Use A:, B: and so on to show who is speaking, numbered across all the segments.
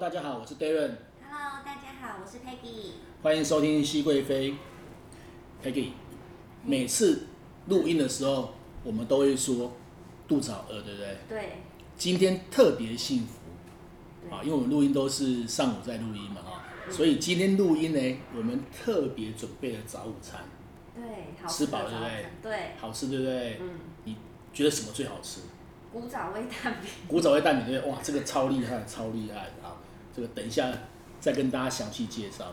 A: 大家好，我是 Darren，
B: Hello，大家好，我是 Peggy。
A: 欢迎收听熹贵妃。Peggy，每
B: 嗯
A: 次录音的时候，我们都会说肚子好饿，对不对？
B: 对，
A: 今天特别幸福
B: 对
A: 啊，因为我们录音都是上午在录音嘛，哈，所以今天录音呢，我们特别准备了早午餐，
B: 对，好
A: 吃
B: 吃
A: 饱对
B: 的
A: 不
B: 早
A: 对
B: 餐对，
A: 好吃对不对？
B: 嗯，
A: 你觉得什么最好吃？
B: 古早味蛋饼。
A: 古早味蛋饼对不对？哇，这个超厉害，超厉害啊！这个等一下再跟大家详细介绍。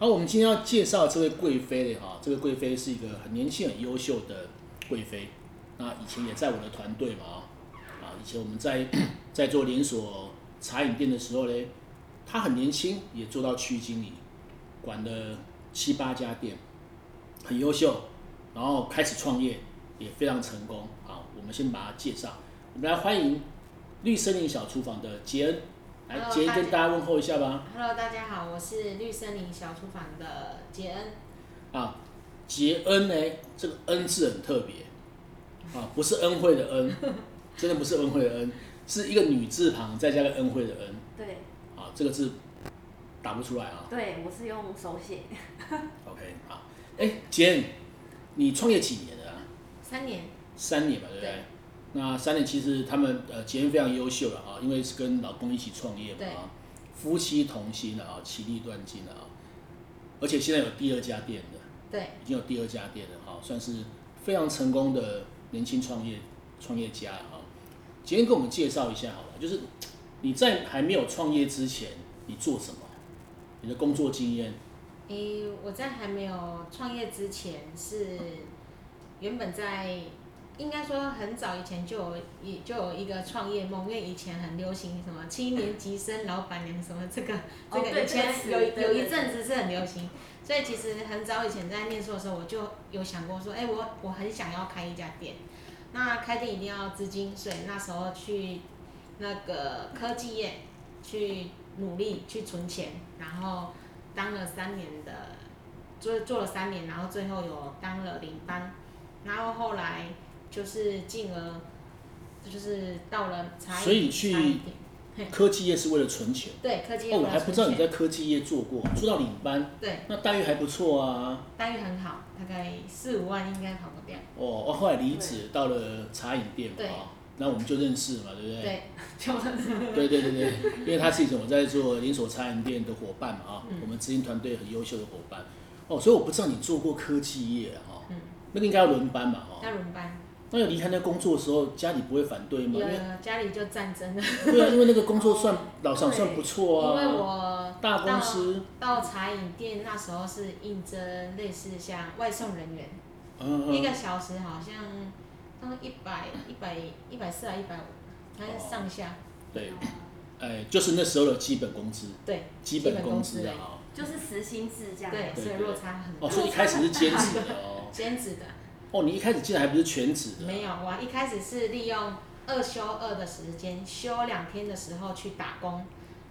A: 好，我们今天要介绍这位贵妃的哈，这位贵妃是一个很年轻、很优秀的贵妃。那以前也在我的团队嘛，啊，以前我们在 在做连锁茶饮店的时候嘞，她很年轻，也做到区经理，管了七八家店，很优秀，然后开始创业也非常成功。好，我们先把她介绍，我们来欢迎绿森林小厨房的杰恩，来
C: Hello，
A: 杰恩
C: 大家
A: 跟大家问候一下吧。
C: Hello，大家好，我是绿森林小厨房的杰恩。
A: 啊，杰恩呢，这个恩字很特别啊，不是恩惠的恩， 真的不是恩惠的恩，是一个女字旁再加个恩惠的恩
B: 对
A: 啊，这个字打不出来啊。
B: 对，我是用手写
A: OK，好，哎、杰恩，你创业几年了、啊？
C: 三年，
A: 三年吧，对不对？
C: 对
A: 那三年其实他们呃杰恩非常优秀了啊，因为是跟老公一起创业嘛
C: 对
A: 啊，夫妻同心了啊，其利断金了啊，而且现在有第二家店了。
C: 对
A: 已经有第二家店了哈，算是非常成功的年轻创业创业家了哈。今天给我们介绍一下好了，就是你在还没有创业之前，你做什么？你的工作经验
C: 诶、我在还没有创业之前是原本在，应该说很早以前就有一就有一个创业梦，因为以前很流行什么七 年级生老板娘什么这个这
B: 哦对
C: 个以前
B: 这个
C: 有
B: 词对
C: 有
B: 对
C: 一阵子是很流行，所以其实很早以前在念书的时候我就有想过说，哎、我我很想要开一家店，那开店一定要资金，所以那时候去那个科技业去努力去存钱，然后当了三年的，做做了三年，然后最后有当了领班，然后后来就是进而就是到了茶饮
A: 所以你去
C: 茶饮店
A: 科技业是为了存钱。
C: 对科技业
A: 哦，我
C: 为了
A: 还不知道你
C: 存钱
A: 在科技业做过，做到领班，
C: 对
A: 那待遇还不错啊。
C: 待遇很好，大概四五万应该跑不掉。
A: 哦，哦后来离职到了茶饮店嘛
C: 对，
A: 哦那我们就认识嘛，对不对？
C: 对，就是
A: 对对对对，因为他是以前我在做连锁餐饮店的伙伴嘛啊，我们执行团队很优秀的伙伴哦，所以我不知道你做过科技业啊，
C: 嗯
A: 那个应该要轮班嘛哈。
C: 要轮班，
A: 那有离开那工作的时候，家里不会反对吗？因
C: 有
A: 为
C: 家里就战 争了。
A: 对啊，因为那个工作 算老
B: 对
A: 厂算不错
C: 因为
A: 啊，
C: 我
A: 大公司，
C: 到茶饮店那时候是应征类似像外送人员，
A: 嗯
C: 一
A: 嗯，
C: 个小时好像当一百一百一百四啊一百五，反正上下
A: 对，哎，就是那时候的基本工资，
C: 对
A: 基
C: 基
A: 本
C: 本
A: 工
C: 工资
A: 资啊
C: 而已，
A: 哦
B: 就是实心制这样。
C: 对，
A: 对
C: 所以
A: 对
C: 落差很
A: 哦，
C: 大。
A: 所以一开始是兼职的哦，
C: 兼职的
A: 哦，你一开始进来还不是全职的，
C: 没有，我一开始是利用二休二的时间，休两天的时候去打工，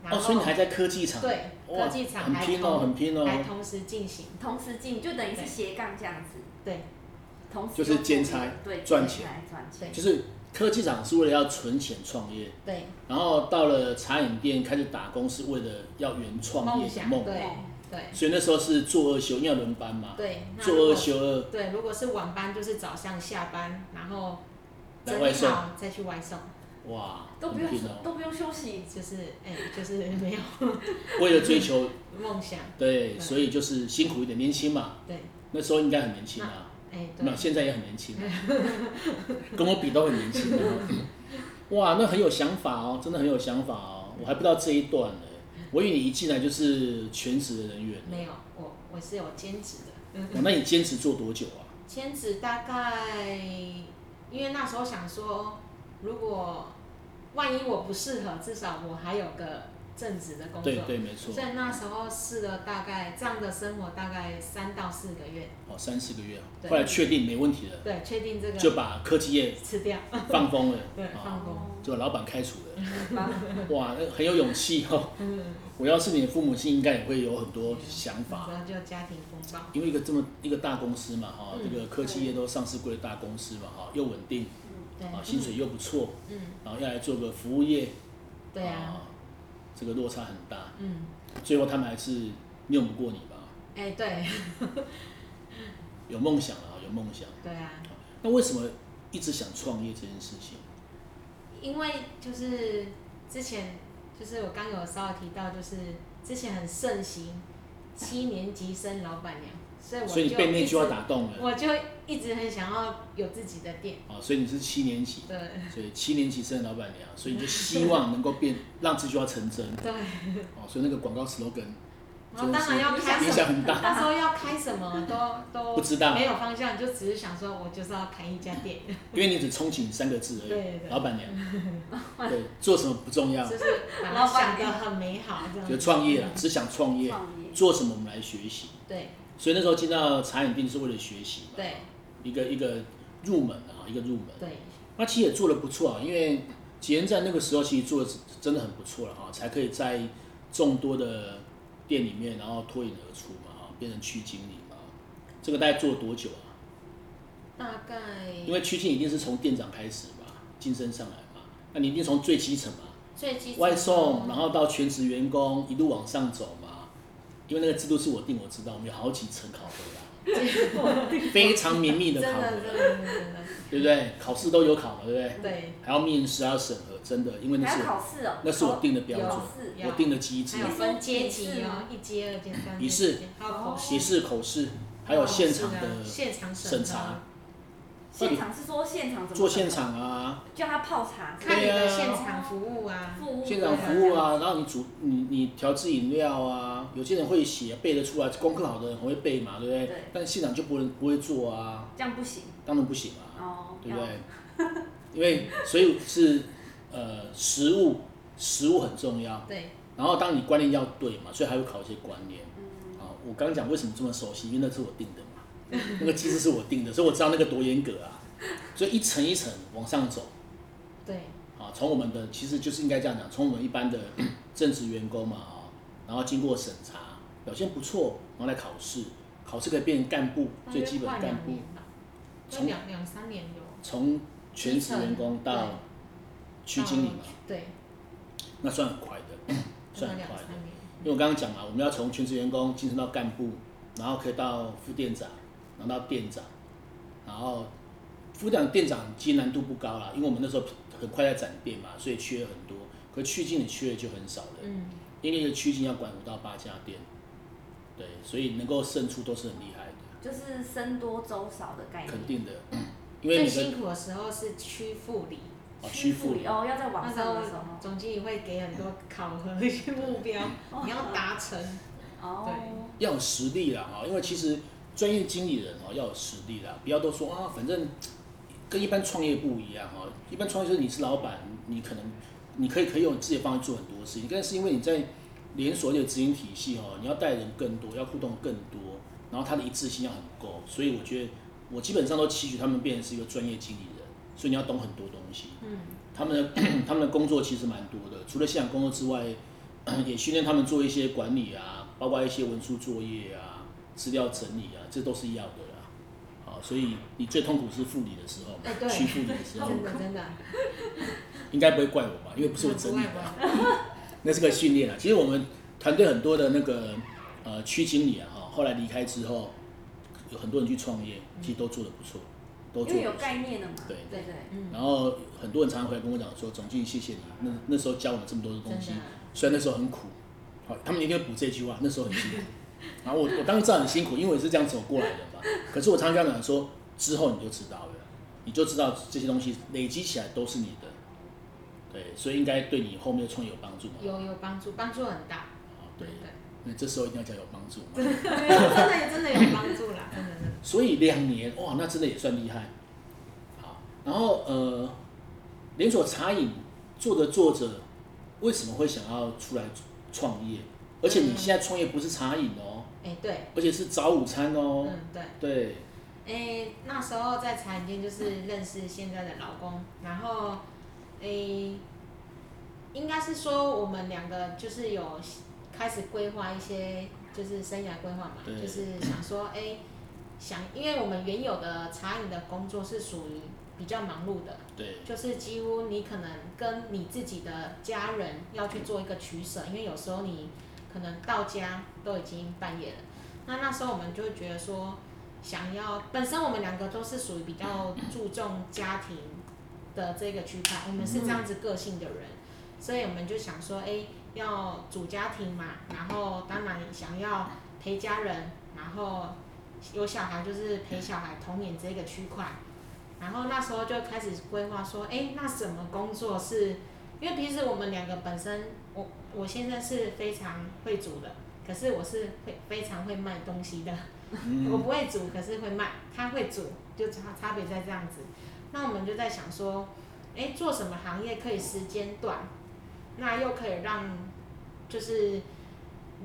C: 然
A: 哦，所以你
C: 后
A: 还在科技厂，
C: 对
A: 哇
C: 科技厂
A: 很
C: 还
A: 拼哦，
C: 同
A: 很拼哦，
C: 还同时进行，
B: 同时进就等于是斜杠这样子，
C: 对
B: 同时
A: 就是兼差
B: 对
A: 赚
B: 兼差赚钱。
C: 对
A: 就是科技厂是为了要存钱创业，
C: 对
A: 然后到了茶饮店开始打工是为了要原创业
C: 梦
A: 的
C: 想
A: 梦，
C: 对
B: 哦
C: 对
A: 所以那时候是做二休，因为要轮班嘛，
C: 对，那
A: 啊做
C: 如
A: 二
C: 果
A: 休二，
C: 对，如果是晚班就是早上下班，然后
A: 来
C: 整
A: 外
C: 理
A: 送
C: 好再去外送，
A: 哇，
B: 都不
A: 很拼
B: 用
A: 哦，
B: 都不用休息，
C: 就是哎、就是没有
A: 为了追求
C: 梦想，
A: 对，
C: 对
A: 所以就是辛苦一点，年轻嘛，
C: 对，
A: 那时候应该很年轻啊，
C: 哎、
A: 那
C: 对，
A: 现在也很年轻啊，跟我比都很年轻啊，哇，那很有想法哦，真的很有想法哦，我还不知道这一段呢，我以为你一进来就是全职的人员，
C: 没有，我我是有兼职的，
A: 哇哦那你兼职做多久啊？
C: 兼职大概，因为那时候想说，如果万一我不适合，至少我还有个正职的工作，
A: 对对，没错
C: 所。以那时候试了大概这样的生活大概三到四个月，
A: 哦，三四个月啊，
C: 对
A: 后来确定没问题了，
C: 对，确定这
A: 就
C: 个
A: 把科技业
C: 吃掉，，
A: 放风了
C: 嗯 对，
A: 啊，
C: 放工，
A: 就把老板开除 了，
B: 哦
A: 哇，那很有勇气哦。
C: 嗯，
A: 我要是你的父母亲，应该也会有很多想
C: 然
A: 法，
C: 后就家庭风暴。
A: 因为一个这么一个大公司嘛，哈，
C: 嗯
A: 这个科技业都上市过的大公司嘛，哈，又稳定
B: 嗯
A: 啊
C: 对，
A: 啊，薪水又不错，
C: 嗯，
A: 然后要来做个服务业，
C: 对啊，，
A: 这个落差很大，
C: 嗯，
A: 最后他们还是拗不过你吧？
C: 哎、对，
A: 有梦想啊，有梦想。
C: 对啊，
A: 那为什么一直想创业这件事情？
C: 因为就是之前就是我刚有稍微提到，就是之前很盛行七年级生老板娘，所以我就
A: 所以你被那句话
C: 一直
A: 打动了
C: 我就一直很想要有自己的店，
A: 啊！所以你是七年级，
C: 对
A: 所以七年级生的老板娘，所以你就希望能够变让这句话成真
C: 对，
A: 哦。所以那个广告 slogan
C: 然后
A: 真的
C: 当然
A: 是
C: 要开
A: 影
C: 什
A: 响
C: 么，
A: 很大。
C: 那时候要开什么都都
A: 不知道
C: 没有方向，就只是想说我就是要开一家店，
A: 因为你只憧憬三个字而已，
C: 对对对
A: 老板娘，对，做什么不重要
C: 就，是把它想得很美好这样
A: 就
C: 子，
A: 啊创业啦，只想创业，
B: 创业
A: 做什么我们来学习。
C: 对
A: 所以那时候进到茶饮店是为了学习嘛，
C: 对
A: 一个一个入门啊，一个入门。
C: 对
A: 那其实也做的不错啊，因为吉恩在那个时候其实做的真的很不错了哈，才可以在众多的店里面，然后脱颖而出嘛哈，变成区经理嘛。这个大概做了多久啊？
C: 大概
A: 因为区经理一定是从店长开始嘛，晋升上来嘛，那你一定从最基层嘛。
C: 最基础
A: 外送，然后到全职员工，一路往上走嘛。因为那个制度是我定，我知道，我们有好几层考核啦，非常绵密的
C: 真
A: 考
C: 的
A: 核，
C: 真的真的真的
A: 对不对？考试都有考嘛，对不对？
C: 对，
A: 还要面试，还要审核，真的，因为那
B: 还
A: 是
B: 要考试哦，
A: 那是我定的标
B: 考
A: 准，
B: 试
C: 有
A: 我定的机制
C: 还，有分哦阶级
B: 你是
C: 哦
B: 吗，
C: 一阶、二阶、三阶、
A: 你是
C: 四阶还有口试
A: 笔试、口试，还有现场
C: 口试啊
A: 的
C: 现场
A: 审
C: 查
A: 查，，
B: 现场是说现场怎么
A: 做现，场啊，
B: 叫他泡茶
C: 看你
A: 对
C: 的
A: 啊
C: 现场服务啊，
B: 服务，
A: 现场服务，啊，然后你煮你你调制饮料啊，有些人会写背得出来，功课好的人很会背嘛，对不对？
B: 对
A: 但现场就不能不会做啊，
B: 这样不行
A: 当然不行啊，
B: 哦，
A: 对不
B: 要
A: 对？因为所以是呃食物，食物很重要。
C: 对
A: 然后当你观念要对嘛，所以还会考一些观念。
B: 嗯，
A: 啊，我刚刚讲为什么这么熟悉，因为那是我定的嘛， 那个机制是我定的，所以我知道那个多严格啊。所以一层一层往上走
C: 对
A: 啊，从我们的其实就是应该这样讲，从我们一般的 正职员工嘛啊，然后经过审查，表现不错，然后来考试，考试可以变成干部，
C: 大
A: 最
C: 约
A: 基本
C: 快
A: 干
C: 两
A: 部，
C: 年吧，就
A: 从
C: 两两三年有
A: 从全职员工
C: 基
A: 到
C: 层
A: 区经理嘛，
C: 到对，
A: 那算很快的，
C: 大
A: 算很
C: 概两
A: 快
C: 三
A: 的。
C: 年，
A: 因为我刚刚讲嘛，我们要从全职员工晋升到干部，然后可以到副店长，然后到店长，然后副店长、店长其实难度不高啦，因为我们那时候很快在展店嘛，所以缺很多。可区经理缺的就很少了，
C: 嗯，
A: 因为一个区经理要管五到八家店，对，所以能够胜出都是很厉害的，
B: 就是僧多粥少的概念，
A: 肯定的。因为每
C: 最
A: 个
C: 辛苦的时候是区副理，
A: 啊区副理
B: 哦，要在
C: 那
B: 网
C: 时
B: 上
C: 候
B: 的时候
C: 总经理会给很多考核一些目标，你要达成，
B: 哦，
A: 要有实力啦啊，因为其实专业经理人哦要有实力啦，不要都说啊，反正跟一般创业不一样哦。一般创业就是你是老板，你可能你可以可以用自己的方式做很多事情，但是因为你在连锁业的执行体系哦，你要带人更多，要互动更多，然后他的一致性要很够，所以我觉得我基本上都期许他们变成是一个专业经理人，所以你要懂很多东西。
C: 嗯，
A: 他们的 他们的工作其实蛮多的，除了现场工作之外， 也训练他们做一些管理啊，包括一些文书作业啊、资料整理啊，这都是要的啦。好，所以你最痛苦是副理的时候
C: 哎
A: 嘛，
C: 对
A: 去副理的 时候，
C: 真的真的，
A: 应该不会怪我吧？因为不是我整理
C: 不
A: 的
C: 外
A: 啊，
C: 观
A: 那是个训练啊。其实我们团队很多的那个呃区经理啊，哈，后来离开之后，有很多人去创业，其实都做得不错，都
B: 因
A: 做
B: 为
A: 得
B: 有
A: 不错。
B: 概念了嘛，
A: 对
B: 对对，
C: 嗯，
A: 然后很多人常常回来跟我讲说，总经理谢谢你，那那时候教我们这么多的东西
C: 真
B: 啊
C: 的，
A: 虽然那时候很苦，好，他们一定会补这句话，那时候很 辛苦。然后我我当时知道很辛苦，因为我也是这样走过来的嘛。可是我常常跟他们讲说，之后你就知道了，你就知道这些东西累积起来都是你的，对，所以应该对你后面的创业有帮助嘛。
C: 有有帮助，帮助很大，
A: 好对，那这时候一定要讲有帮助嘛。
C: 对，没有真的真的有帮 助啦，真的真的，
A: 所以两年哇，那真的也算厉害。好，然后呃，连锁茶饮做着做着，为什么会想要出来创业？而且
C: 嗯
A: 你现在创业不是茶饮哦，
C: 哎对，
A: 而且是早午餐哦。
C: 嗯对。
A: 对，
C: 诶、那时候在茶饮店就是认识现在的老公，然后诶、应该是说我们两个就是有开始规划一些就是生涯规划嘛，
A: 对
C: 哎就是想说诶、想因为我们原有的茶饮的工作是属于比较忙碌的，
A: 对，
C: 就是几乎你可能跟你自己的家人要去做一个取舍，因为有时候你可能到家都已经半夜了。那那时候我们就觉得说，想要本身我们两个都是属于比较注重家庭的这个区块，我们是这样子个性的人，所以我们就想说，哎、要主家庭嘛，然后当然想要陪家人，然后有小孩就是陪小孩童年这个区块。然后那时候就开始规划说，哎，那什么工作是？因为平时我们两个本身，我我现在是非常会煮的，可是我是会非常会卖东西的。我
A: 嗯，
C: 不会煮，可是会卖，他会煮，就差差别在这样子。那我们就在想说，哎，做什么行业可以时间短，那又可以让就是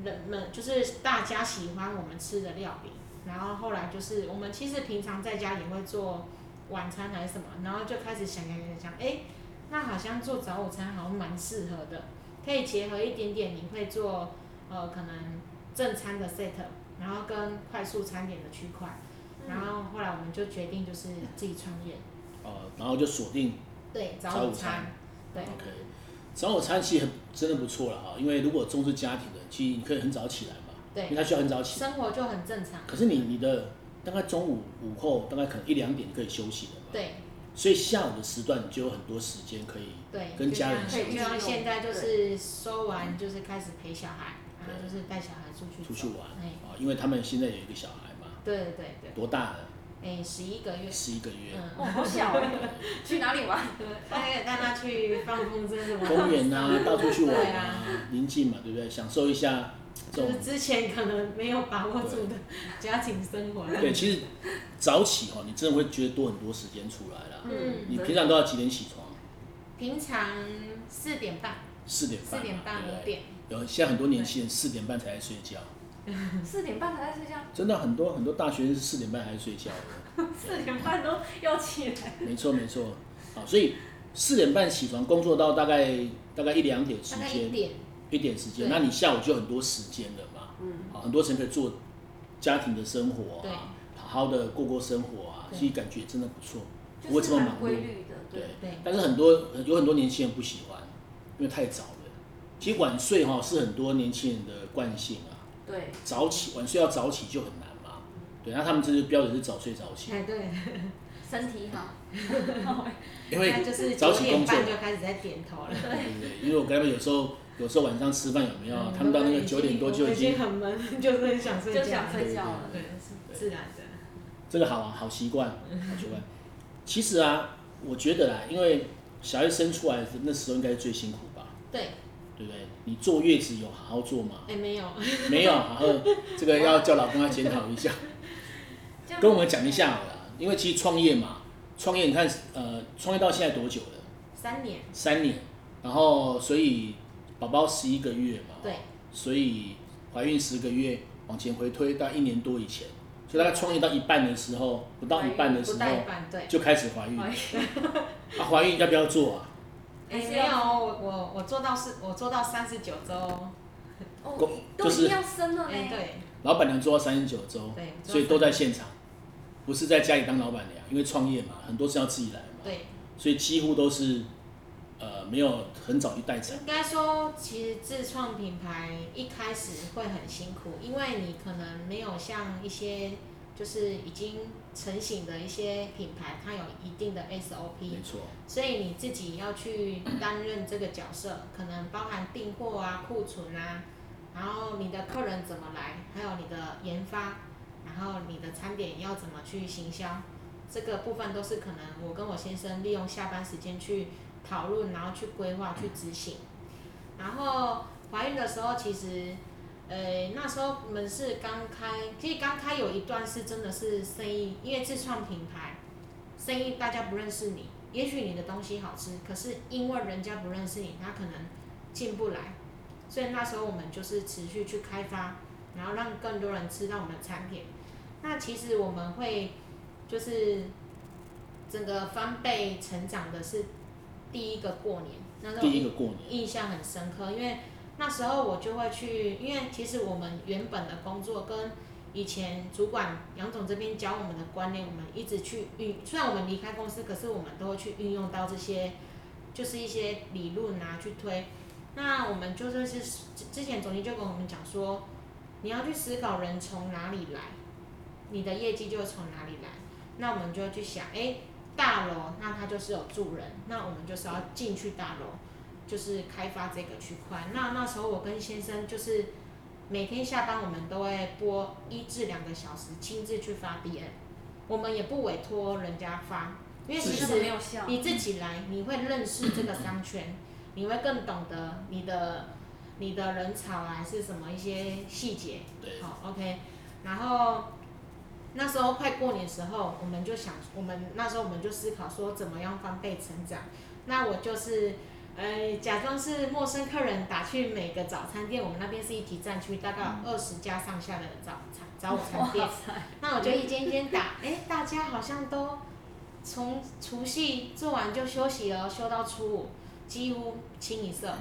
C: 人们就是大家喜欢我们吃的料理。然后后来就是我们其实平常在家也会做晚餐还是什么，然后就开始想想想想，哎，那好像做早午餐好像蛮适合的，可以结合一点点你会做呃可能正餐的 set，然后跟快速餐点的区块，
A: 嗯
C: 然后后来我们就决定就是自己创业，
A: 哦，然后就锁定
C: 对，
A: 早
C: 早
A: 午
C: 午餐
A: 餐，
C: 对
A: OK，早午餐其实很真的不错了哈，因为如果重视家庭的，其实你可以很早起来嘛，因为
C: 对，
A: 他需要很早起。
C: 生活就很正常，
A: 可是你你的大概中午午后大概可能一两点你可以休息的嘛，
C: 对
A: 所以下午的时段你就有很多时间可以
C: 对，
A: 跟家人
C: 就
B: 相
C: 像对，
B: 处
C: 就像现在就是收完就是开始陪小孩，然后就是带小孩出去
A: 出去
C: 走
A: 玩
C: 哎，
A: 啊，因为他们现在有一个小孩嘛，
C: 对对对对，
A: 多大了？
C: 哎，十一个月，
A: 十一个月，
B: 哦，
C: 嗯，
B: 好小哎，去哪里玩？
C: 带带他去放风筝什么
A: 公园 啊，到处去玩
C: 对
A: 啊，宁静嘛，对不对？享受一下这
C: 就
A: 种
C: 是之前可能没有把握住的家庭生活。
A: 对，其实早起哦，你真的会觉得多很多时间出来啦。
C: 嗯
A: 你平常都要几点起床？
C: 平常四点半、
A: 四点
C: 四
A: 半嘛，
C: 点半、
A: 对不对？
C: 五点，
A: 有现在很多年轻人四点半才来睡觉，
B: 四点半才在睡觉，
A: 真的很多很多大学生是四点半才睡觉的。
B: 四点半都要起来。
A: 没错没错，好，所以四点半起床，工作到大概大概一两点时
C: 大概一
A: 间，
C: 点，
A: 一点时间，
C: 对
A: 那你下午就很多时间了嘛，
B: 嗯，
A: 好，很多时间可以做家庭的生活
C: 对
A: 啊，好好的过过生活啊，
C: 对
A: 其实感觉真的不错，不
B: 就
A: 会这
B: 是
A: 么
B: 蛮
A: 忙
B: 规
A: 碌。
B: 律的，
A: 对
B: 对，
C: 对
A: 但是很多有很多年轻人不喜欢，因为太早了。其实晚睡哈、是很多年轻人的惯性啊，
B: 对，
A: 早起晚睡要早起就很难嘛。对，那他们这是标准是早睡早起，
C: 哎对，
B: 身体好。
A: 因为
C: 那就是
A: 早
C: 九
A: 起工
C: 点
A: 作哦
C: 半就开始在点头了。
A: 对对对，因为我跟他们有时候有时候晚上吃饭有没有，他们到那个九点多就
C: 已
A: 已经
C: 嗯很闷， 就是很想睡觉，
B: 就想睡觉了。
C: 对，是自然的，
A: 这个好啊，好习惯，好习惯。其实啊，我觉得啦，因为小孩生出来的那时候应该是最辛苦吧，
C: 对，
A: 对不对？你坐月子有好好坐吗？
C: 哎没有，
A: 没有，然后这个要叫老公来检讨一下，
B: 就
A: 跟我们讲一下好了啦。因为其实创业嘛，创业你看，呃，创业到现在多久了？
C: 三年，
A: 三年，然后所以宝宝十一个月嘛，
C: 对，
A: 所以怀孕十个月往前回推到一年多以前，所以大概创业到一半的时候，不到一半的时
C: 不
A: 候
C: 带半，对。
A: 就开始怀孕，
B: 怀
A: 啊，
B: 孕
A: 怀孕要不要做啊？
C: 哎，没有，我我我做到是，我做到三十九周，
A: 公
B: 哦，
A: 就
B: 都
A: 是
B: 一样生了
C: 哎，
B: 呢。
C: 对，
A: 老板娘做到三十九周，
C: 对
A: 所以都在现场，不是在家里当老板娘，因为创业嘛，很多是要自己来嘛，
C: 对，
A: 所以几乎都是呃没有很早就待产，
C: 应该说，其实自创品牌一开始会很辛苦，因为你可能没有像一些就是已经成型的一些品牌，它有一定的
A: 没
C: SOP，
A: 错，
C: 所以你自己要去担任这个角色，可能包含订货啊、库存啊，然后你的客人怎么来，还有你的研发，然后你的餐点要怎么去行销，这个部分都是可能我跟我先生利用下班时间去讨论，然后去规划、去执行。然后怀孕的时候，其实，呃，那时候我们是刚开，其实刚开有一段是真的是生意，因为自创品牌，生意大家不认识你，也许你的东西好吃，可是因为人家不认识你，他可能进不来，所以那时候我们就是持续去开发，然后让更多人吃到我们的产品。那其实我们会就是整个翻倍成长的是第一个过年，那时候
A: 第一个过年，
C: 印象很深刻，因为那时候我就会去，因为其实我们原本的工作跟以前主管杨总这边教我们的观念，我们一直去运。虽然我们离开公司，可是我们都会去运用到这些，就是一些理论啊去推。那我们就算是之之前总监就跟我们讲说，你要去思考人从哪里来，你的业绩就从哪里来。那我们就去想，哎、大楼那它就是有住人，那我们就是要进去大楼，就是开发这个区块。那那时候我跟先生就是每天下班我们都会播一至两个小时，亲自去发 DM，我们也不委托人家发，因为其
B: 其
C: 实
B: 实没有效。
C: 你自己来，你会认识这个商圈，你会更懂得你的你的人潮啊，还是什么一些细节。
A: 对
C: 好，OK。然后那时候快过年时候，我们就想，我们那时候我们就思考说，怎么样翻倍成长。那我就是。呃，假装是陌生客人打去每个早餐店，我们那边是一级战区，大概有二十家上下的早餐早午餐店
B: 哇。塞，
C: 那我就一间一间打，哎、大家好像都从除夕做完就休息了，休到初五，几乎清一色。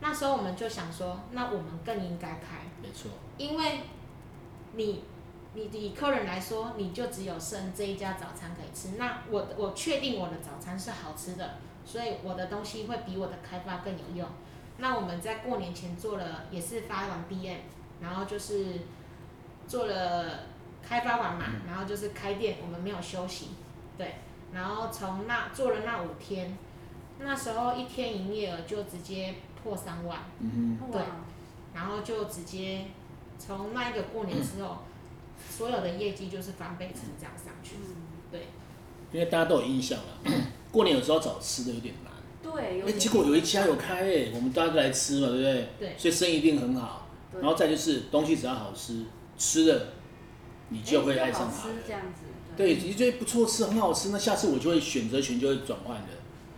C: 那时候我们就想说，那我们更应该开，
A: 没错，
C: 因为你你以客人来说，你就只有剩这一家早餐可以吃。那我我确定我的早餐是好吃的，所以我的东西会比我的开发更有用。那我们在过年前做了，也是发完 BM，然后就是做了开发完嘛，然后就是开店，我们没有休息，对，然后从那做了那五天，那时候一天营业额就直接破三万，
A: 嗯
B: 哇
C: 对，然后就直接从那一个过年之后，所有的业绩就是翻倍成长上去。
B: 嗯
C: 对，
A: 哼，因为大家都有印象了， 过年有时候找吃的有点难。
B: 对，有
A: 哎，
B: 点
A: 结果有一家有开诶、我们大家都来吃嘛，对不对？
C: 对
A: 所以生意一定很好。
B: 对
A: 然后再就是东西只要好吃，吃了你就会爱上
B: 哎就好
A: 它了
B: 吃。这样子，
A: 对，你觉得不错吃，很好吃，那下次我就会选择权就会转换的。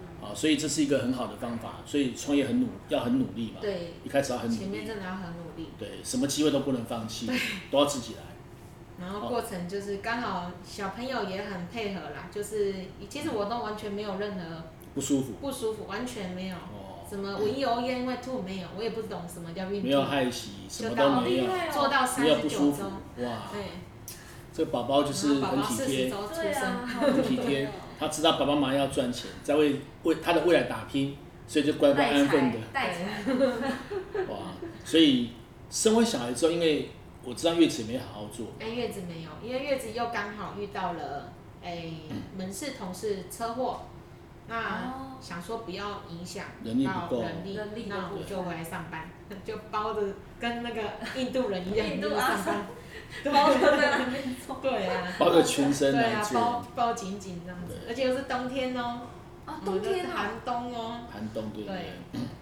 C: 嗯
A: 啊，所以这是一个很好的方法，所以创业很努要很努力嘛。
C: 对，
A: 一开始要很
C: 前
A: 努
C: 面
A: 力。
C: 真的要很努力，
A: 对，什么机会都不能放弃，都要自己来。
C: 然后过程就是刚好小朋友也很配合啦，就是其实我都完全没有任何
A: 不舒服
C: 不舒服，完全没有。
A: 哦，
C: 什么蚊油烟会吐没有，我也不懂什么叫孕吐，
A: 没有害喜，什么
C: 就
A: 都
C: 到
A: 没有，
C: 做到三
A: 没有
C: 十
A: 不
C: 九
A: 舒
C: 周
A: 服，，哇，
C: 对，
A: 这个宝宝就
C: 然
A: 是
C: 后宝
A: 很
C: 宝
A: 体
C: 四
A: 贴
C: 十。周出
B: 对
C: 生，
B: 啊，
A: 很体贴，他知道爸爸妈妈要赚钱，在为为他的未来打拼，所以就乖乖
B: 带
A: 安分
B: 财
A: 的
B: 带财，
A: 哇。所以生完小孩之后，因为我知道月子也没好好做，
C: 哎，月子没有，因为月子又刚好遇到了 哎门市同事车祸，那
B: 哦
C: 想说不要影响
A: 人力不
C: 到
A: 够
C: 人力
B: 人力，的
C: 那我
B: 部
C: 就
B: 分
C: 回来上班， 就包着跟那个印度人一 样，
B: 印度
C: 就
B: 阿
C: 上班，
B: 包着在那边做。
C: 对 啊，
A: 包个全身
C: 对
A: 来
C: 啊，包
A: 做
C: 包紧紧这样子，
A: 对
C: 而且又是冬天哦，
B: 啊，
C: 我
B: 冬
C: 们就是
B: 天啊，
C: 寒冬哦，
A: 寒冬，对不对？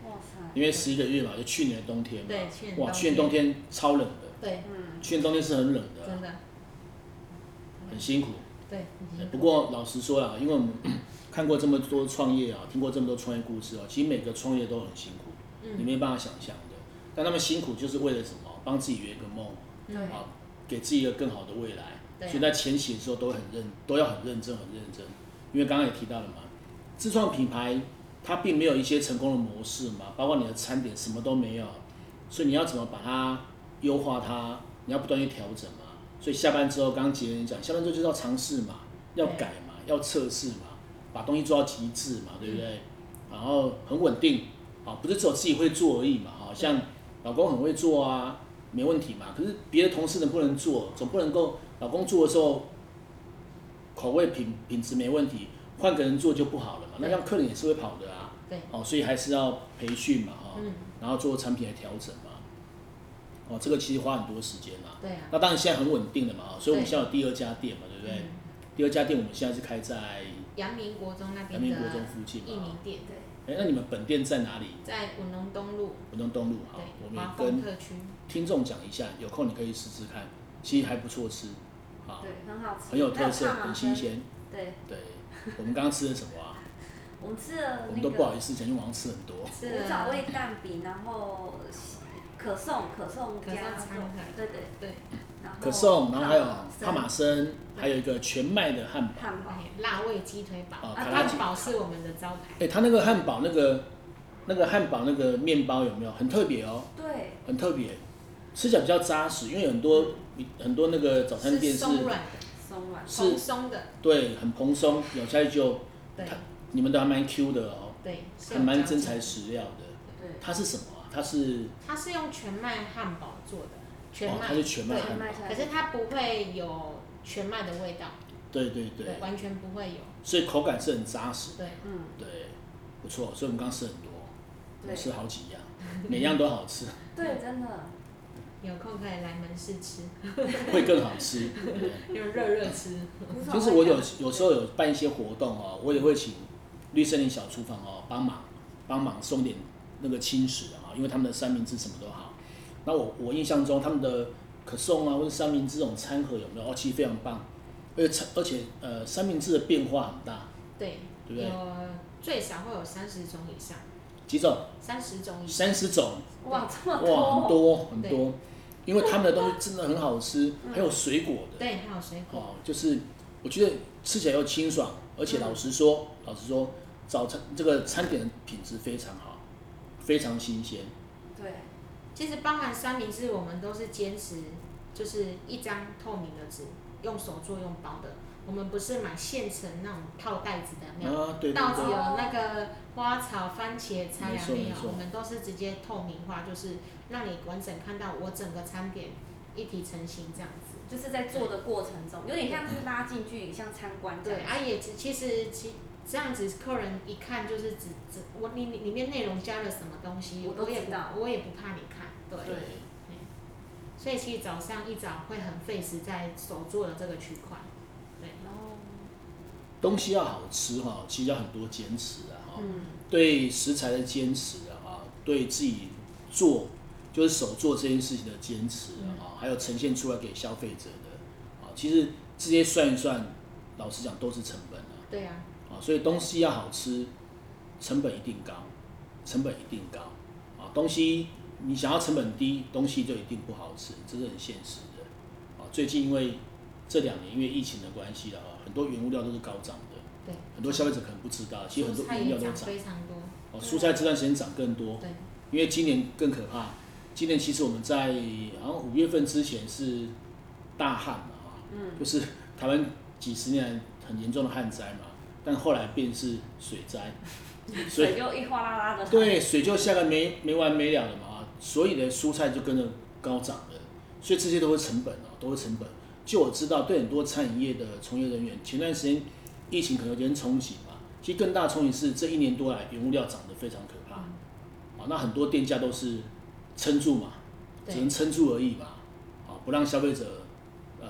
B: 哇塞，
A: 因为十一个月嘛，就去年的冬天嘛，
C: 对，去年
A: 哇，去年冬天超冷的，
C: 对，
B: 嗯，
A: 去年冬天是很冷的，
C: 真的
A: 很辛苦。
C: 对，
A: 对不过老实说啦，啊因为我们看过这么多创业啊，听过这么多创业故事啊，其实每个创业都很辛苦，
C: 嗯
A: 你没办法想象的。但他们辛苦就是为了什么？帮自己圆一个梦，
C: 嗯
B: 对，
A: 啊，给自己一个更好的未来。
C: 对啊
A: 所以在前期的时候都很认，都要很认真，很认真。因为刚刚也提到了嘛，自创品牌它并没有一些成功的模式嘛，包括你的餐点什么都没有，所以你要怎么把它优化它，你要不断去调整嘛。所以下班之后，刚刚杰人讲，下班之后就是要尝试嘛，要
C: 对嗯
A: 改嘛，要测试嘛，把东西做到极致嘛，对不对？然后很稳定，啊，不是只有自己会做而已嘛，好像老公很会做啊，没问题嘛。可是别的同事能不能做，总不能够老公做的时候口味品品质没问题，换个人做就不好了嘛。那
C: 对
A: 让客人也是会跑的啊。
C: 对。
A: 哦，所以还是要培训嘛，哈、
C: 嗯
A: 然后做产品的调整嘛。哦，这个其实花很多时间啦。
C: 对啊，
A: 那当然现在很稳定了嘛，哦所以我们
C: 对
A: 现在有第二家店嘛，对不对？
C: 嗯
A: 第二家店我们现在是开在
C: 阳明国中那
A: 南
C: 边
A: 民国中
C: 的
A: 附近
C: 益
A: 嘛
C: 民。店，
B: 对，
A: 哎，那你们本店在哪里？
C: 在文龙东路，
A: 文东东路哈，好我
C: 对，
A: 们
C: 华
A: 也
C: 丰
A: 跟
C: 特区，
A: 听众讲一下，有空你可以试试看，其实还不错吃，啊，
B: 对，很好吃，
A: 很有特
B: 还
A: 色，
B: 胖啊
A: 很新。鲜。
B: 对，
A: 对，我们刚刚吃的什么啊？
B: 我们吃了
A: 我们
B: 那
A: 都不
B: 个
A: 好意思讲，因为我好像吃很多。
C: 是
B: 古早味蛋饼，然后可颂可颂
C: 可颂
B: 加
C: 餐盒
B: 对对，
C: 对，
B: 然后
A: 可颂，然后还有
B: 生
A: 帕玛森，还有一个全麦的汉堡。
B: 汉堡，
C: 辣味鸡腿堡，
A: 哦
C: 啊
A: 卡
B: 拉
C: 汉
B: 鸡
C: 堡是我们的招牌，
A: 哎，他那个汉堡那个那个汉堡那个面包有没有很特别哦？
B: 对，
A: 很特别，吃起来比较扎实，因为很多很多那个早餐店
C: 是
A: 是
C: 松软
B: 松软，
A: 是
C: 蓬松的，
A: 对很蓬松，咬下去就
C: 对
A: 它你们的还蛮 Q 的哦，
C: 对，是
A: 还
C: 有
A: 蛮
C: 嚼
A: 真
C: 劲
A: 材实料的。
B: 对，
A: 它是什么啊？它是
C: 它是用全麦汉堡做的，全
A: 哦，
C: 麦，
A: 它是全麦
C: 对
A: 汉堡，
B: 下
C: 可是它不会有全麦的味道，
A: 对对对，
C: 完全不会有，
A: 所以口感是很扎实。
C: 对，
B: 嗯，
A: 对，不错，所以我们刚试很多，我
B: 对
A: 吃好几样，每样都好 吃，
B: 对，真的，
C: 有空可以来门市吃，
A: 会更好 吃。对
C: 用热热吃，
B: 无所
A: 其实
B: 谓
A: 我
B: 的
A: 有有时候有办一些活动哦，我也会请绿森林小厨房哦帮忙帮忙送点那个轻食啊，因为他们的三明治什么都好。那我我印象中他们的可颂啊或者三明治这种餐盒有没有？哦，其实非常棒，而且而且呃三明治的变化很大，
C: 对，
A: 对不对
C: 有最少会有三十种以上，
A: 几种
C: 三十种以上，
A: 三十种
B: 哇这么
A: 哇，很
B: 多，
A: 多很多，因为他们的东西真的很好吃，还有水果的，
C: 对，还有水果，
A: 哦，就是我觉得吃起来又清爽，而且老实说，老实说，早餐这个餐点的品质非常好，非常新鲜，
B: 对，
C: 其实包含三明治，我们都是坚持就是一张透明的纸，用手做用包的，我们不是买现成那种套袋子的那种。
A: 啊，对对
C: 稻子
A: 对，
C: 有那个花草、番茄、菜
A: 没
C: 啊
A: 错
C: 没有
A: 没错，
C: 我们都是直接透明化，就是让你完整看到我整个餐点一体成型这样子。
B: 就是在做的过程中，有点像是拉近距离，像参观这
C: 对，
B: 样，
C: 啊也只其实其这样子，客人一看就是只只我里里面内容加了什么东西，
B: 我
C: 我
B: 都
C: 也
B: 知
C: 不
B: 道
C: 我也不怕你看，对。
A: 对，
C: 所以其实早上一早会很费时在手做的这个区块，
B: 然后，
A: 哦东西要好吃哈，其实要很多坚持啊，哈，
B: 嗯，
A: 对食材的坚持啊，对自己做就是手做这件事情的坚持啊，还有呈现出来给消费者的啊，其实这些算一算，老实讲都是成本啊。
C: 对啊，
A: 啊，所以东西要好吃，成本一定高，成本一定高啊。东西你想要成本低，东西就一定不好吃，这是很现实的啊。最近因为这两年因为疫情的关系了啊，很多原物料都是高涨的，
C: 对，
A: 很多消费者可能不知道，其实很多
C: 蔬菜
A: 原物料
C: 也
A: 都
C: 涨
A: 涨
C: 非常多，
A: 哦，蔬菜这段时间涨更多，
C: 对，
A: 因为今年更可怕。今年其实我们在好像五月份之前是大旱嘛，啊
B: 嗯，
A: 就是台湾几十年来很严重的旱灾嘛，但后来便是水灾，所以
B: 水就一哗啦啦的，，
A: 对水就下个没没完没了的嘛，所以呢蔬菜就跟着高涨了，所以这些都是成本哦，都是成本。就我知道，对很多餐饮业的从业人员，前段时间疫情可能有点冲击嘛，其实更大的冲击是这一年多来原物料涨得非常可怕，啊，那很多店家都是撑住嘛，
C: 对
A: 只能撑住而已嘛，啊，不让消费者呃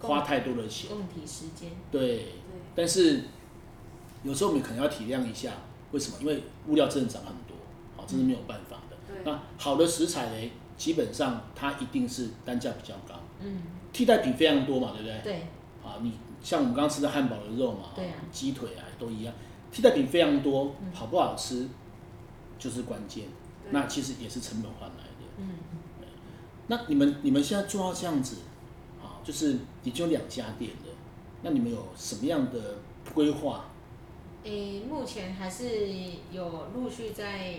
A: 花
C: 供
A: 太多的钱。
C: 供体时间，
A: 对，
B: 对，
A: 但是有时候我们可能要体谅一下，为什么？因为物料真的涨很多，好、真的没有办法的。
B: 对
A: 那好的食材呢，基本上它一定是单价比较高，
C: 嗯，
A: 替代品非常多嘛，对不对？
C: 对，
A: 啊，你像我们刚刚吃的汉堡的肉嘛，
C: 对啊嗯
A: 鸡腿啊都一样，替代品非常多，好不好吃就是关键。
B: 对
A: 那其实也是成本换来的。
C: 嗯。
A: 那你们你们现在做到这样子，啊，就是已经有两家店了，那你们有什么样的规划？
C: 诶，目前还是有陆续在，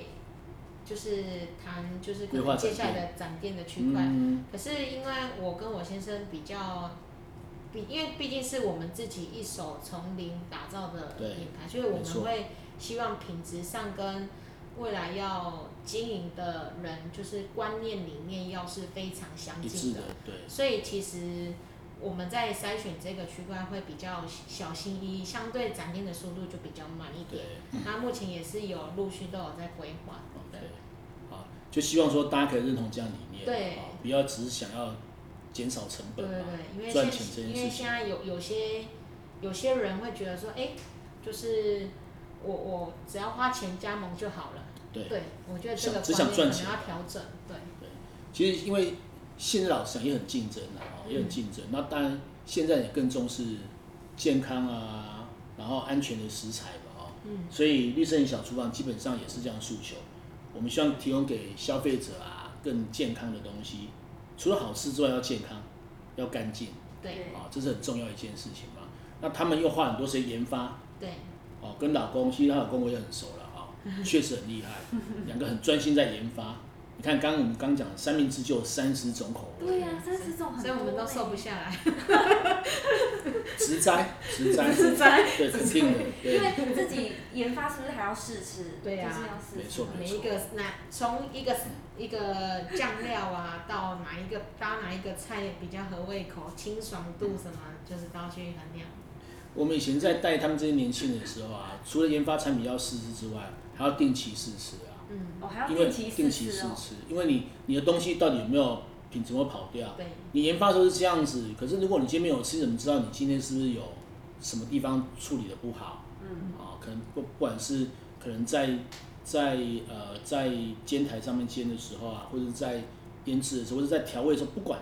C: 就是谈就是可
A: 规划
C: 能
A: 展
C: 接下来的展店的区块。
A: 嗯，
C: 可是因为我跟我先生比较，比因为毕竟是我们自己一手从零打造的
A: 对
C: 品牌，所以我
A: 没
C: 们
A: 错
C: 会希望品质上跟未来要经营的人，就是观念理念要是非常相
A: 一
C: 近
A: 致
C: 的
A: 的。，对，
C: 所以其实我们在筛选这个区块会比较小心翼翼，相对展店的速度就比较慢一
A: 对
C: 点。那目前也是有陆续都有在规划。
A: ，OK，啊，就希望说大家可以认同这样理念，
C: 对
A: 啊，不要只是想要减少成
C: 对
A: 本
C: 对
A: 嘛，
C: 对，因为
A: 赚
C: 现
A: 钱这件事情
C: 因为现在有有些有些人会觉得说，哎，就是我我只要花钱加盟就好了。
A: 对
C: 对，我觉得这
A: 想
C: 个
A: 只
C: 观
A: 想
C: 念可
A: 赚
C: 能
A: 钱
C: 要调整。对，
A: 其实因为现在老实讲也很竞争啊，
C: 嗯
A: 也很竞争。那当然现在也更重视健康啊，然后安全的食材嘛，哦，
C: 嗯，
A: 所以绿森小厨房基本上也是这样诉求。我们希望提供给消费者啊更健康的东西，除了好吃之外，要健康，要干净
C: 对
A: 啊，这是很重要一件事情嘛。那他们又花很多时间研发，
C: 对
A: 哦，跟老公，其实她老公我也很熟了啊、确实很厉害，两个很专心在研发，你看，刚刚我们刚讲的三明治就有三十种口味，
B: 对呀、三十种很
C: 所以
B: 多、欸，
C: 我们都瘦不下 来。
A: 植栽，植栽，
C: 植栽
A: 对，肯定的，对
B: 因，为自己研发是不是还要试吃？
C: 对啊
B: 就是要试吃。
A: 没错
C: 每一个哪从一个一个酱料啊，到哪一个搭哪一个菜比较合胃口、清爽度什么，就是都要去衡量。
A: 我们以前在带他们这些年轻人的时候啊，除了研发产品要试吃之外，还要定期试吃啊，
C: 嗯，
B: 哦，还要
A: 因为
B: 定期
A: 定
B: 试
A: 期试
B: 吃哦。
A: 吃，因为你你的东西到底有没有品质有没有跑掉？
C: 对，
A: 你研发的时候是这样子，可是如果你今天没有吃，怎么知道你今天是不是有什么地方处理的不好
B: 嗯，
A: 啊？可能不不管是可能在在呃在煎台上面煎的时候啊，或者是在腌制的时候，或者是在调味的时候，不管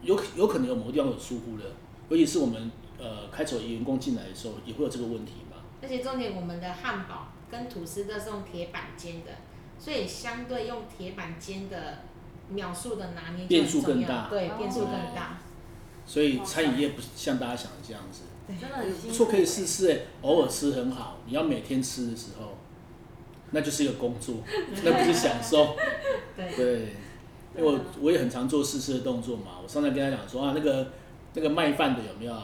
A: 有可有可能有某个地方有疏忽了，尤其是我们呃开始有员工进来的时候，也会有这个问题嘛。
C: 而且重点，我们的汉堡跟吐司都是用铁板煎的，所以相对用铁板煎的秒数的拿捏就
A: 变
C: 很
A: 数
C: 重
A: 更
C: 要
A: 大
C: 对，
B: 哦
C: 变数更大。
A: 所以餐饮业不是像大家想的这样子，
C: 对，
B: 真的很辛
A: 不
B: 苦。
A: 错可以试试、欸，偶尔吃很好。你要每天吃的时候，那就是一个工作，那不是享受。
C: 对，
A: 对，因为我我也很常做试吃的动作嘛。我上次跟他讲说啊，那个那个卖饭的有没有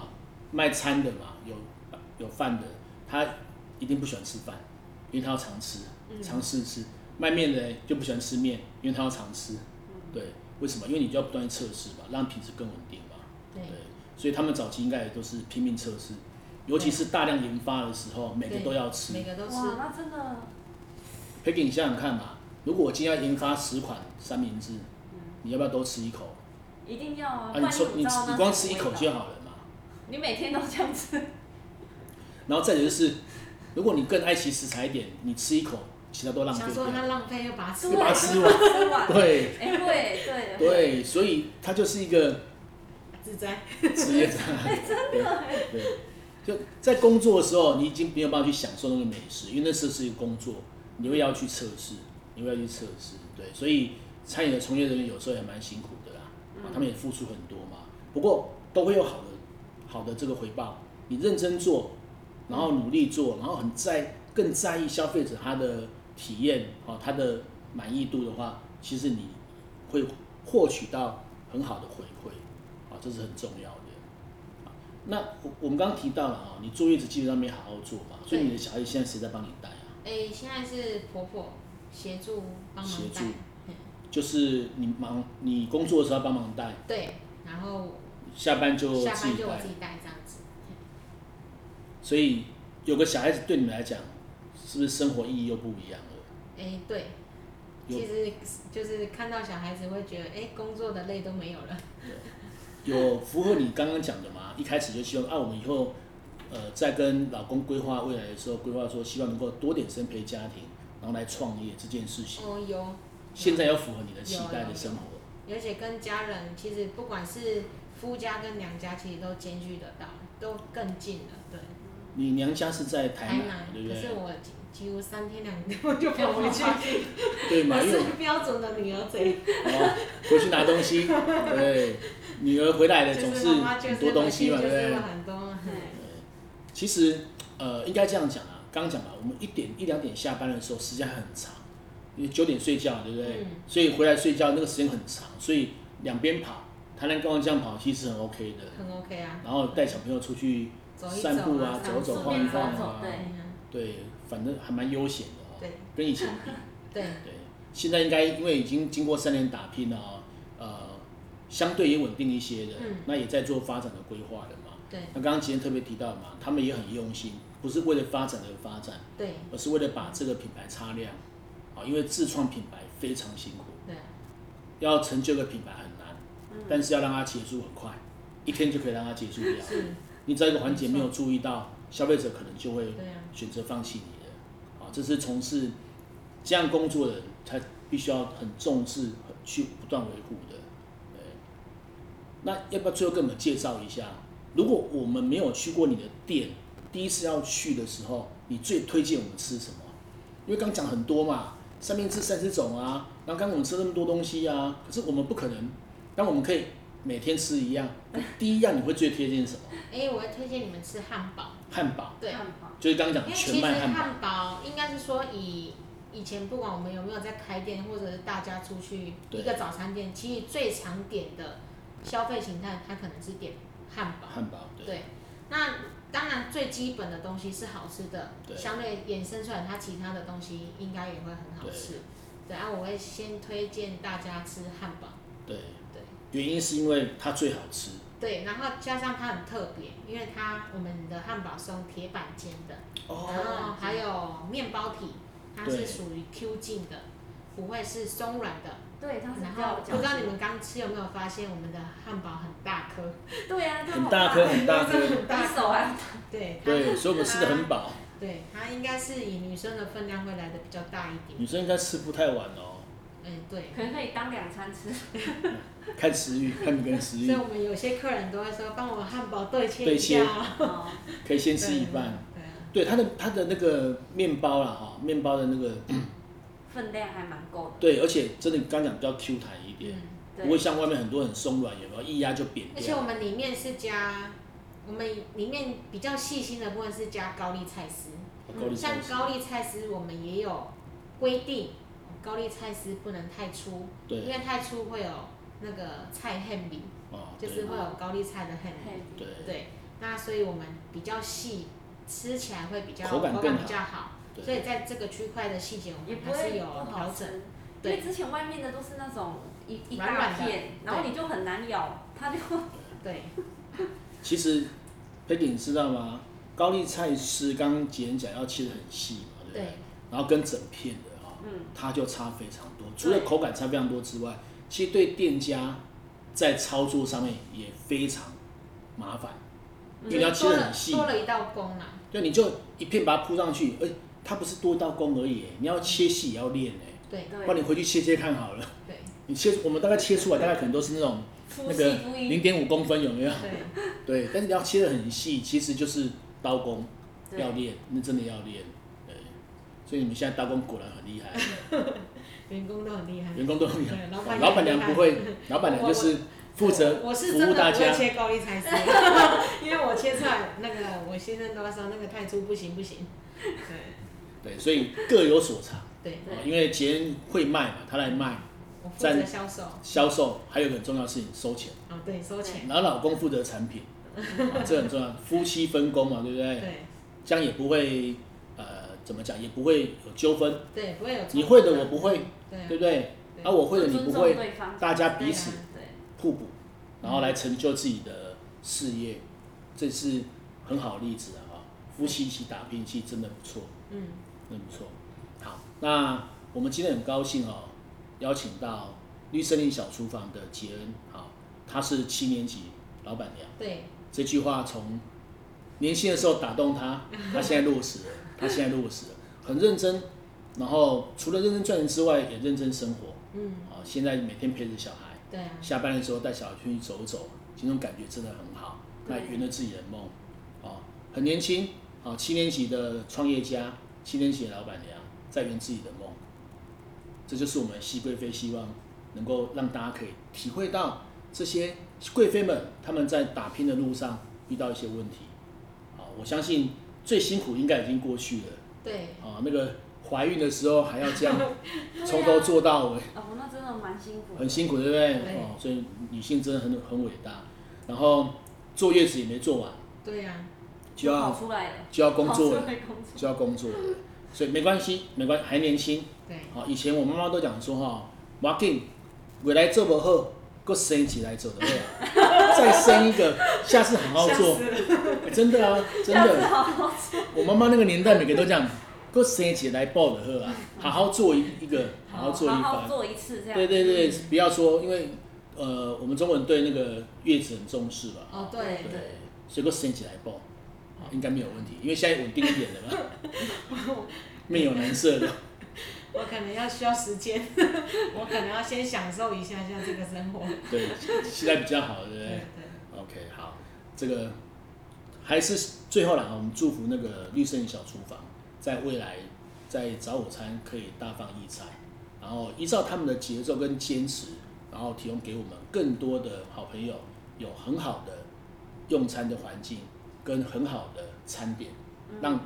A: 卖餐的嘛？有有饭的，他一定不喜欢吃饭，因为他要常吃，常试吃。卖面的就不喜欢吃面，因为他要常吃。对，为什么？因为你就要不断地测试嘛，让品质更稳定嘛。
C: 对，
A: 对，所以他们早期应该也都是拼命测试，尤其是大量研发的时候，每个都要吃。
C: 每个都吃。
B: 哇，那真的，
A: Peggy，你想想看嘛，如果我今天要研发十款三明治，
B: 嗯，
A: 你要不要都吃一口？
B: 一定要啊
A: 啊，，
B: 不
A: 你
B: 然
A: 吃
B: 怎么
A: 你
B: 知道
A: 吃
B: 那
A: 你光
B: 是
A: 吃一
B: 什么
A: 口
B: 味道
A: 就好了嘛。
B: 你每天都这样吃，
A: 然后再者就是，如果你更爱惜食材一点，你吃一口，其他都浪费
C: 想说他
A: 掉，
C: 浪费又把它吃
A: 就把它
C: 完，
A: 吃完。
B: 吃完，
A: 对
B: 啊 哎，会，对，
A: 对，所以它就是一个
C: 自在。
A: 职业障碍。真的对，就在工作的时候，你已经没有办法去享受那个美食，因为那是是一个工作，你会要去测试，你会要去测试。对，所以餐饮的从业人员有时候也蛮辛苦的啦，啊他们也付出很多嘛。不过都会有好的好的这个回报，你认真做，然后努力做，然后很在更在意消费者他的体验哦，他的满意度的话，其实你会获取到很好的回馈，啊、这是很重要的。啊那我我们刚刚提到了啊、你坐月子基本上没好好做嘛，所以你的小孩现在谁在帮你带啊？
C: 哎、现在是婆婆协助帮忙
A: 协
C: 带
A: 助，就是你忙，你工作的时候要帮忙带，
C: 对，然后
A: 下班就
C: 下
A: 自
C: 班
A: 己
C: 就我
A: 带
C: 自，己带这样子。
A: 所以有个小孩子对你们来讲，是不是生活意义又不一样了？
C: 哎、对，
A: 有
C: 其实就是看到小孩子会觉得，哎、工作的累都没有了。
A: 有符合你刚刚讲的吗？一开始就希望啊，我们以后呃，在跟老公规划未来的时候，规划说希望能够多点生陪家庭，然后来创业这件事情，
C: 哦，有，
A: 现在要符合你的期待的生活。
C: 而且跟家人，其实不管是夫家跟娘家，其实都兼具得到，都更近了。对，
A: 你娘家是在台
C: 台
A: 南，
C: 南，
A: 对不
C: 可是
A: 对？
C: 我几几乎三天两天我就跑回去，
A: 对嘛，
C: 我
A: 因为
C: 是标准的女儿贼。
A: 哦，回去拿东 西，对，女儿回来的总
C: 就是是妈妈就
A: 很
C: 是
A: 多东西嘛，
C: 回
A: 对
C: 去
A: 不
C: 就是
A: 对
C: 有？很多，
B: 对
A: 其实呃，应该这样讲啊，刚讲了，我们一点一两点下班的时候时间很长，因为九点睡觉，对不对？
C: 嗯
A: 所以回来睡觉那个时间很长，所以两边跑，台南跟我这样跑其实很 OK 的。
C: 很 OK 啊。
A: 然后带小朋友出去
C: 走一走啊
A: 散步啊，
C: 散步
A: 走
C: 随
A: 晃
C: 便
A: 一晃
B: 走走
A: 啊，
B: 对
C: 嗯
A: 对，反正还蛮悠闲的哦，
C: 对
A: 跟以前比。
C: 对，
A: 对，现在应该因为已经经过三年打拼了哦，呃，相对也稳定一些的，
C: 嗯
A: 那也在做发展的规划了嘛。
C: 对
A: 那刚刚今天特别提到嘛，他们也很用心，不是为了发展而发展，
C: 对
A: 而是为了把这个品牌擦亮啊，因为自创品牌非常辛苦，
C: 对，啊
A: 要成就一个品牌很难，
B: 嗯
A: 但是要让它结束很快，一天就可以让它结束掉。
C: 是，
A: 你在一个环节没有注意到，消费者可能就会
C: 对啊
A: 选择放弃你的。啊，这是从事这样工作的人，他必须要很重视，很去不断维护的。对，那要不要最后跟我们介绍一下？如果我们没有去过你的店，第一次要去的时候，你最推荐我们吃什么？因为刚讲很多嘛，三明治三十种啊，然后刚刚我们吃那么多东西啊，可是我们不可能，但我们可以每天吃一样。第一样你会最推荐什么？
C: 哎，我会推荐你们吃汉堡，
A: 汉堡，
C: 对，
B: 汉堡
A: 就是刚刚讲
C: 因
A: 的
C: 为
A: 全
C: 其实
A: 麦汉堡，
C: 汉堡应该是说以以前不管我们有没有在开店，或者是大家出去
A: 对
C: 一个早餐店，其实最常点的消费形态，它可能是点汉堡。
A: 汉堡对
C: 对，那当然最基本的东西是好吃的，
A: 对
C: 相对衍生出来，它其他的东西应该也会很好吃。对啊，我会先推荐大家吃汉堡。
A: 对
C: 对
A: 原因是因为它最好吃
C: 对，然后加上它很特别，因为它我们的汉堡是用铁板煎的，然后哦还有面包体，它
A: 对
C: 是属于 Q 劲的，不会是松软的。
B: 对，它是
C: 然
B: 比较
C: 后
B: 有
C: 不
B: 嚼
C: 知道
B: 劲
C: 你们刚吃有没有发现，我们的汉堡很大颗，
B: 对啊，它
A: 很
B: 好
A: 大颗很大 颗
C: 真的很大
B: 比手
C: 颗。
B: 还
C: 对，它
A: 对，所以我们吃的很饱，
C: 对，它应该是以女生的分量会来的比较大一点。
A: 女生应该吃不太晚哦，
C: 嗯，对。
B: 可能可以当两餐吃。
A: 看食欲， 看你跟食
C: 所以
A: 欲，
C: 我们有些客人都会说，帮我汉堡对切
A: 对
C: 一
A: 切
C: 下哦。
B: 哦，
A: 可以先
C: 对
A: 吃一半。。对
C: 对啊。
A: 它的它的那个面包啦哈，面包的那个
B: 分量还蛮够的。
A: 对，而且真的刚讲比较 Q 弹一点，
C: 嗯。
A: 不会
B: 对，
A: 像外面很多很松软，有没有一压就扁
C: 而且
A: 掉
C: 我。们里面是加，我们里面比较细心的部分是加高丽菜丝，
A: 哦高丽
C: 像
A: 菜丝，
C: 高丽菜丝我们也有规定，哦高丽菜丝不能太粗，因
A: 对
C: 为太粗会有那个菜恨饼，
A: 啊，
C: 就
A: 对
C: 是会有高丽菜的恨饼。
B: 嘿
A: 对
C: 对，那所以我们比较细，吃起来会比较
A: 口感更好
C: 比较好。
A: 对
C: 所以在这个区块的细节，我
B: 也
C: 们
B: 不
C: 还是
B: 会
C: 有
B: 不好
C: 调整。
B: 吃。因
C: 对
B: 为之前外面的都是那种一一
C: 软
B: 大
C: 软的
B: 片，然后
C: 对
B: 你就很难咬，它就
C: 对，
A: 其实佩姐，你知道吗？高丽菜丝刚刚姐讲要切的很细嘛，对不对？
C: 对，
A: 然后跟整片的哈、
B: 嗯
A: 它就差非常多。除了口感差非常多之外，其实对店家在操作上面也非常麻烦，因为你要切
C: 多
A: 的
C: 了
A: 很细
C: 嗯多，了一道工啦、啊
A: 就你就一片把它铺上去，哎、它不是多一道工而已，你要切细也要练哎，
C: 对
A: 不然你回去切切看好了。
C: 对
A: 你切，我们大概切出来，大概可能都是那种
B: 粗
A: 那
B: 细
A: 个
B: 不
A: 零
B: 一。
A: 点五公分，有没有？
C: 对。
A: 对，但是你要切的很细，其实就是刀工要
B: 对，
A: 练，那真的要练。对，所以你们现在刀工果然很厉害，
C: 员工都很厉害。
A: 员工都很厉害。
C: 对，老板
A: 老板娘不会，老板娘就是负责
C: 我是
A: 服
C: 真
A: 务大
C: 的不会
A: 家。
C: 切高丽菜丝，因为我切菜那个我先生都会说那个太粗不行不行。对
A: 对，所以各有所长。
C: 对，
A: 哦
B: 对
A: 因为杰恩会卖嘛，他来卖
C: 我负
A: 赞
C: 责销售，
A: 销售，还有一个很重要的事情收钱，
C: 哦对，收钱，
A: 然后老公负责产品，啊这很重要，夫妻分工嘛，对不对？
C: 对
A: 这样也不会呃怎么讲，也不会有纠纷。
C: 对，不会有。
A: 你会的我不会，
C: 对啊
A: 对不对？
C: 对
A: 啊，我会的你
B: 尊
A: 不
B: 重
A: 会，
B: 对方。
A: 大家彼
C: 啊
A: 此
B: 对，
A: 互补，然后来成就自己的事业，这是很好的例子啊！哈夫妻一起打拼，其实真的不错，
C: 嗯，
A: 真的不错。好，那我们今天很高兴哦，邀请到绿森林小厨房的杰恩，好，她是七年级老板娘。
C: 对
A: 这句话从年轻的时候打动他，他现在落实了，他现在落实了，很认真，然后除了认真赚钱之外，也认真生活。
C: 嗯
A: 啊，现在每天陪着小孩。
C: 对啊，
A: 下班的时候带小孩出去走走，其实那种感觉真的很好，那
B: 对
A: 圆了自己的梦，哦，很年轻，哦，七年级的创业家，七年级的老板娘，在圆自己的梦，这就是我们熹贵妃希望能够让大家可以体会到这些贵妃们她们在打拼的路上遇到一些问题，啊、我相信最辛苦应该已经过去了，
C: 对
A: 啊、那个怀孕的时候还要这样
B: 啊
A: 从头做到尾。
B: 哦，那真的蛮辛苦的。
A: 很辛苦，对不对？
C: 对
A: 哦，所以女性真的很很伟大。然后坐月子也没做完，
C: 对啊，
A: 就
B: 跑
A: 要
B: 出来了，
A: 就要工作
B: 跑
A: 了
B: 出，来工作。
A: 就要工作了。所以没关系，没关系，还年轻。
C: 对
A: 好、以前我妈妈都讲说哦哈，要紧，未来做不好，搁生一起来做的 对啊，再生一个， 下次好好
C: 吓
A: 做。
C: 死了，
A: 欸真的啊，真
B: 下次
A: 的，
B: 好好吃。
A: 我妈妈那个年代每个都这样，搁生一起来报的好啊，好好做一一个，好好做一
B: 好好
A: 番。
B: 做一次这样。嗯
A: 对对对，不要说，因为呃，我们中国人对那个月子很重视吧，
C: 哦对
B: 对，哦
A: 所以都升起来报，啊应该没有问题，因为现在稳定一点了嘛， 面有难色的。
C: 我可能要需要时间，我可能要先享受一下下这个生活，
A: 对，现在比较好，对不对
C: 对对，
A: ？OK，好，这个还是最后啦，我们祝福那个绿色小厨房在未来在早午餐可以大放异彩，然后依照他们的节奏跟坚持，然后提供给我们更多的好朋友有很好的用餐的环境跟很好的餐点，让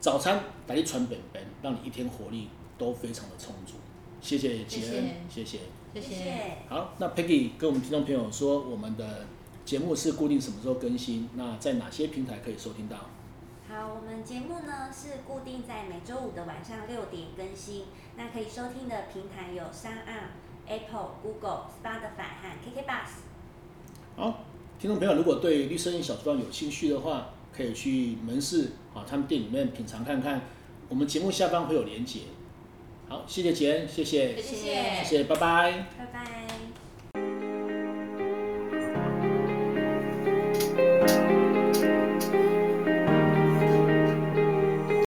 A: 早餐把你传本本，让你一天活力都非常的充足。谢谢杰恩，谢谢。
C: 谢
B: 谢
C: 谢。
B: 谢。
A: 好，那 Peggy 跟我们听众朋友说，我们的节目是固定什么时候更新？那在哪些平台可以收听到？
B: 好，我们节目呢是固定在每周五的晚上六点更新，那可以收听的平台有 s o Apple、Google、Spotify 和 KKBox。
A: 好，听众朋友如果对绿色印小猪有兴趣的话，可以去门市啊他们店里面品尝看看。我们节目下方会有连结。好，谢谢杰恩，谢谢，
C: 谢
A: 谢谢，拜拜。
B: 拜拜。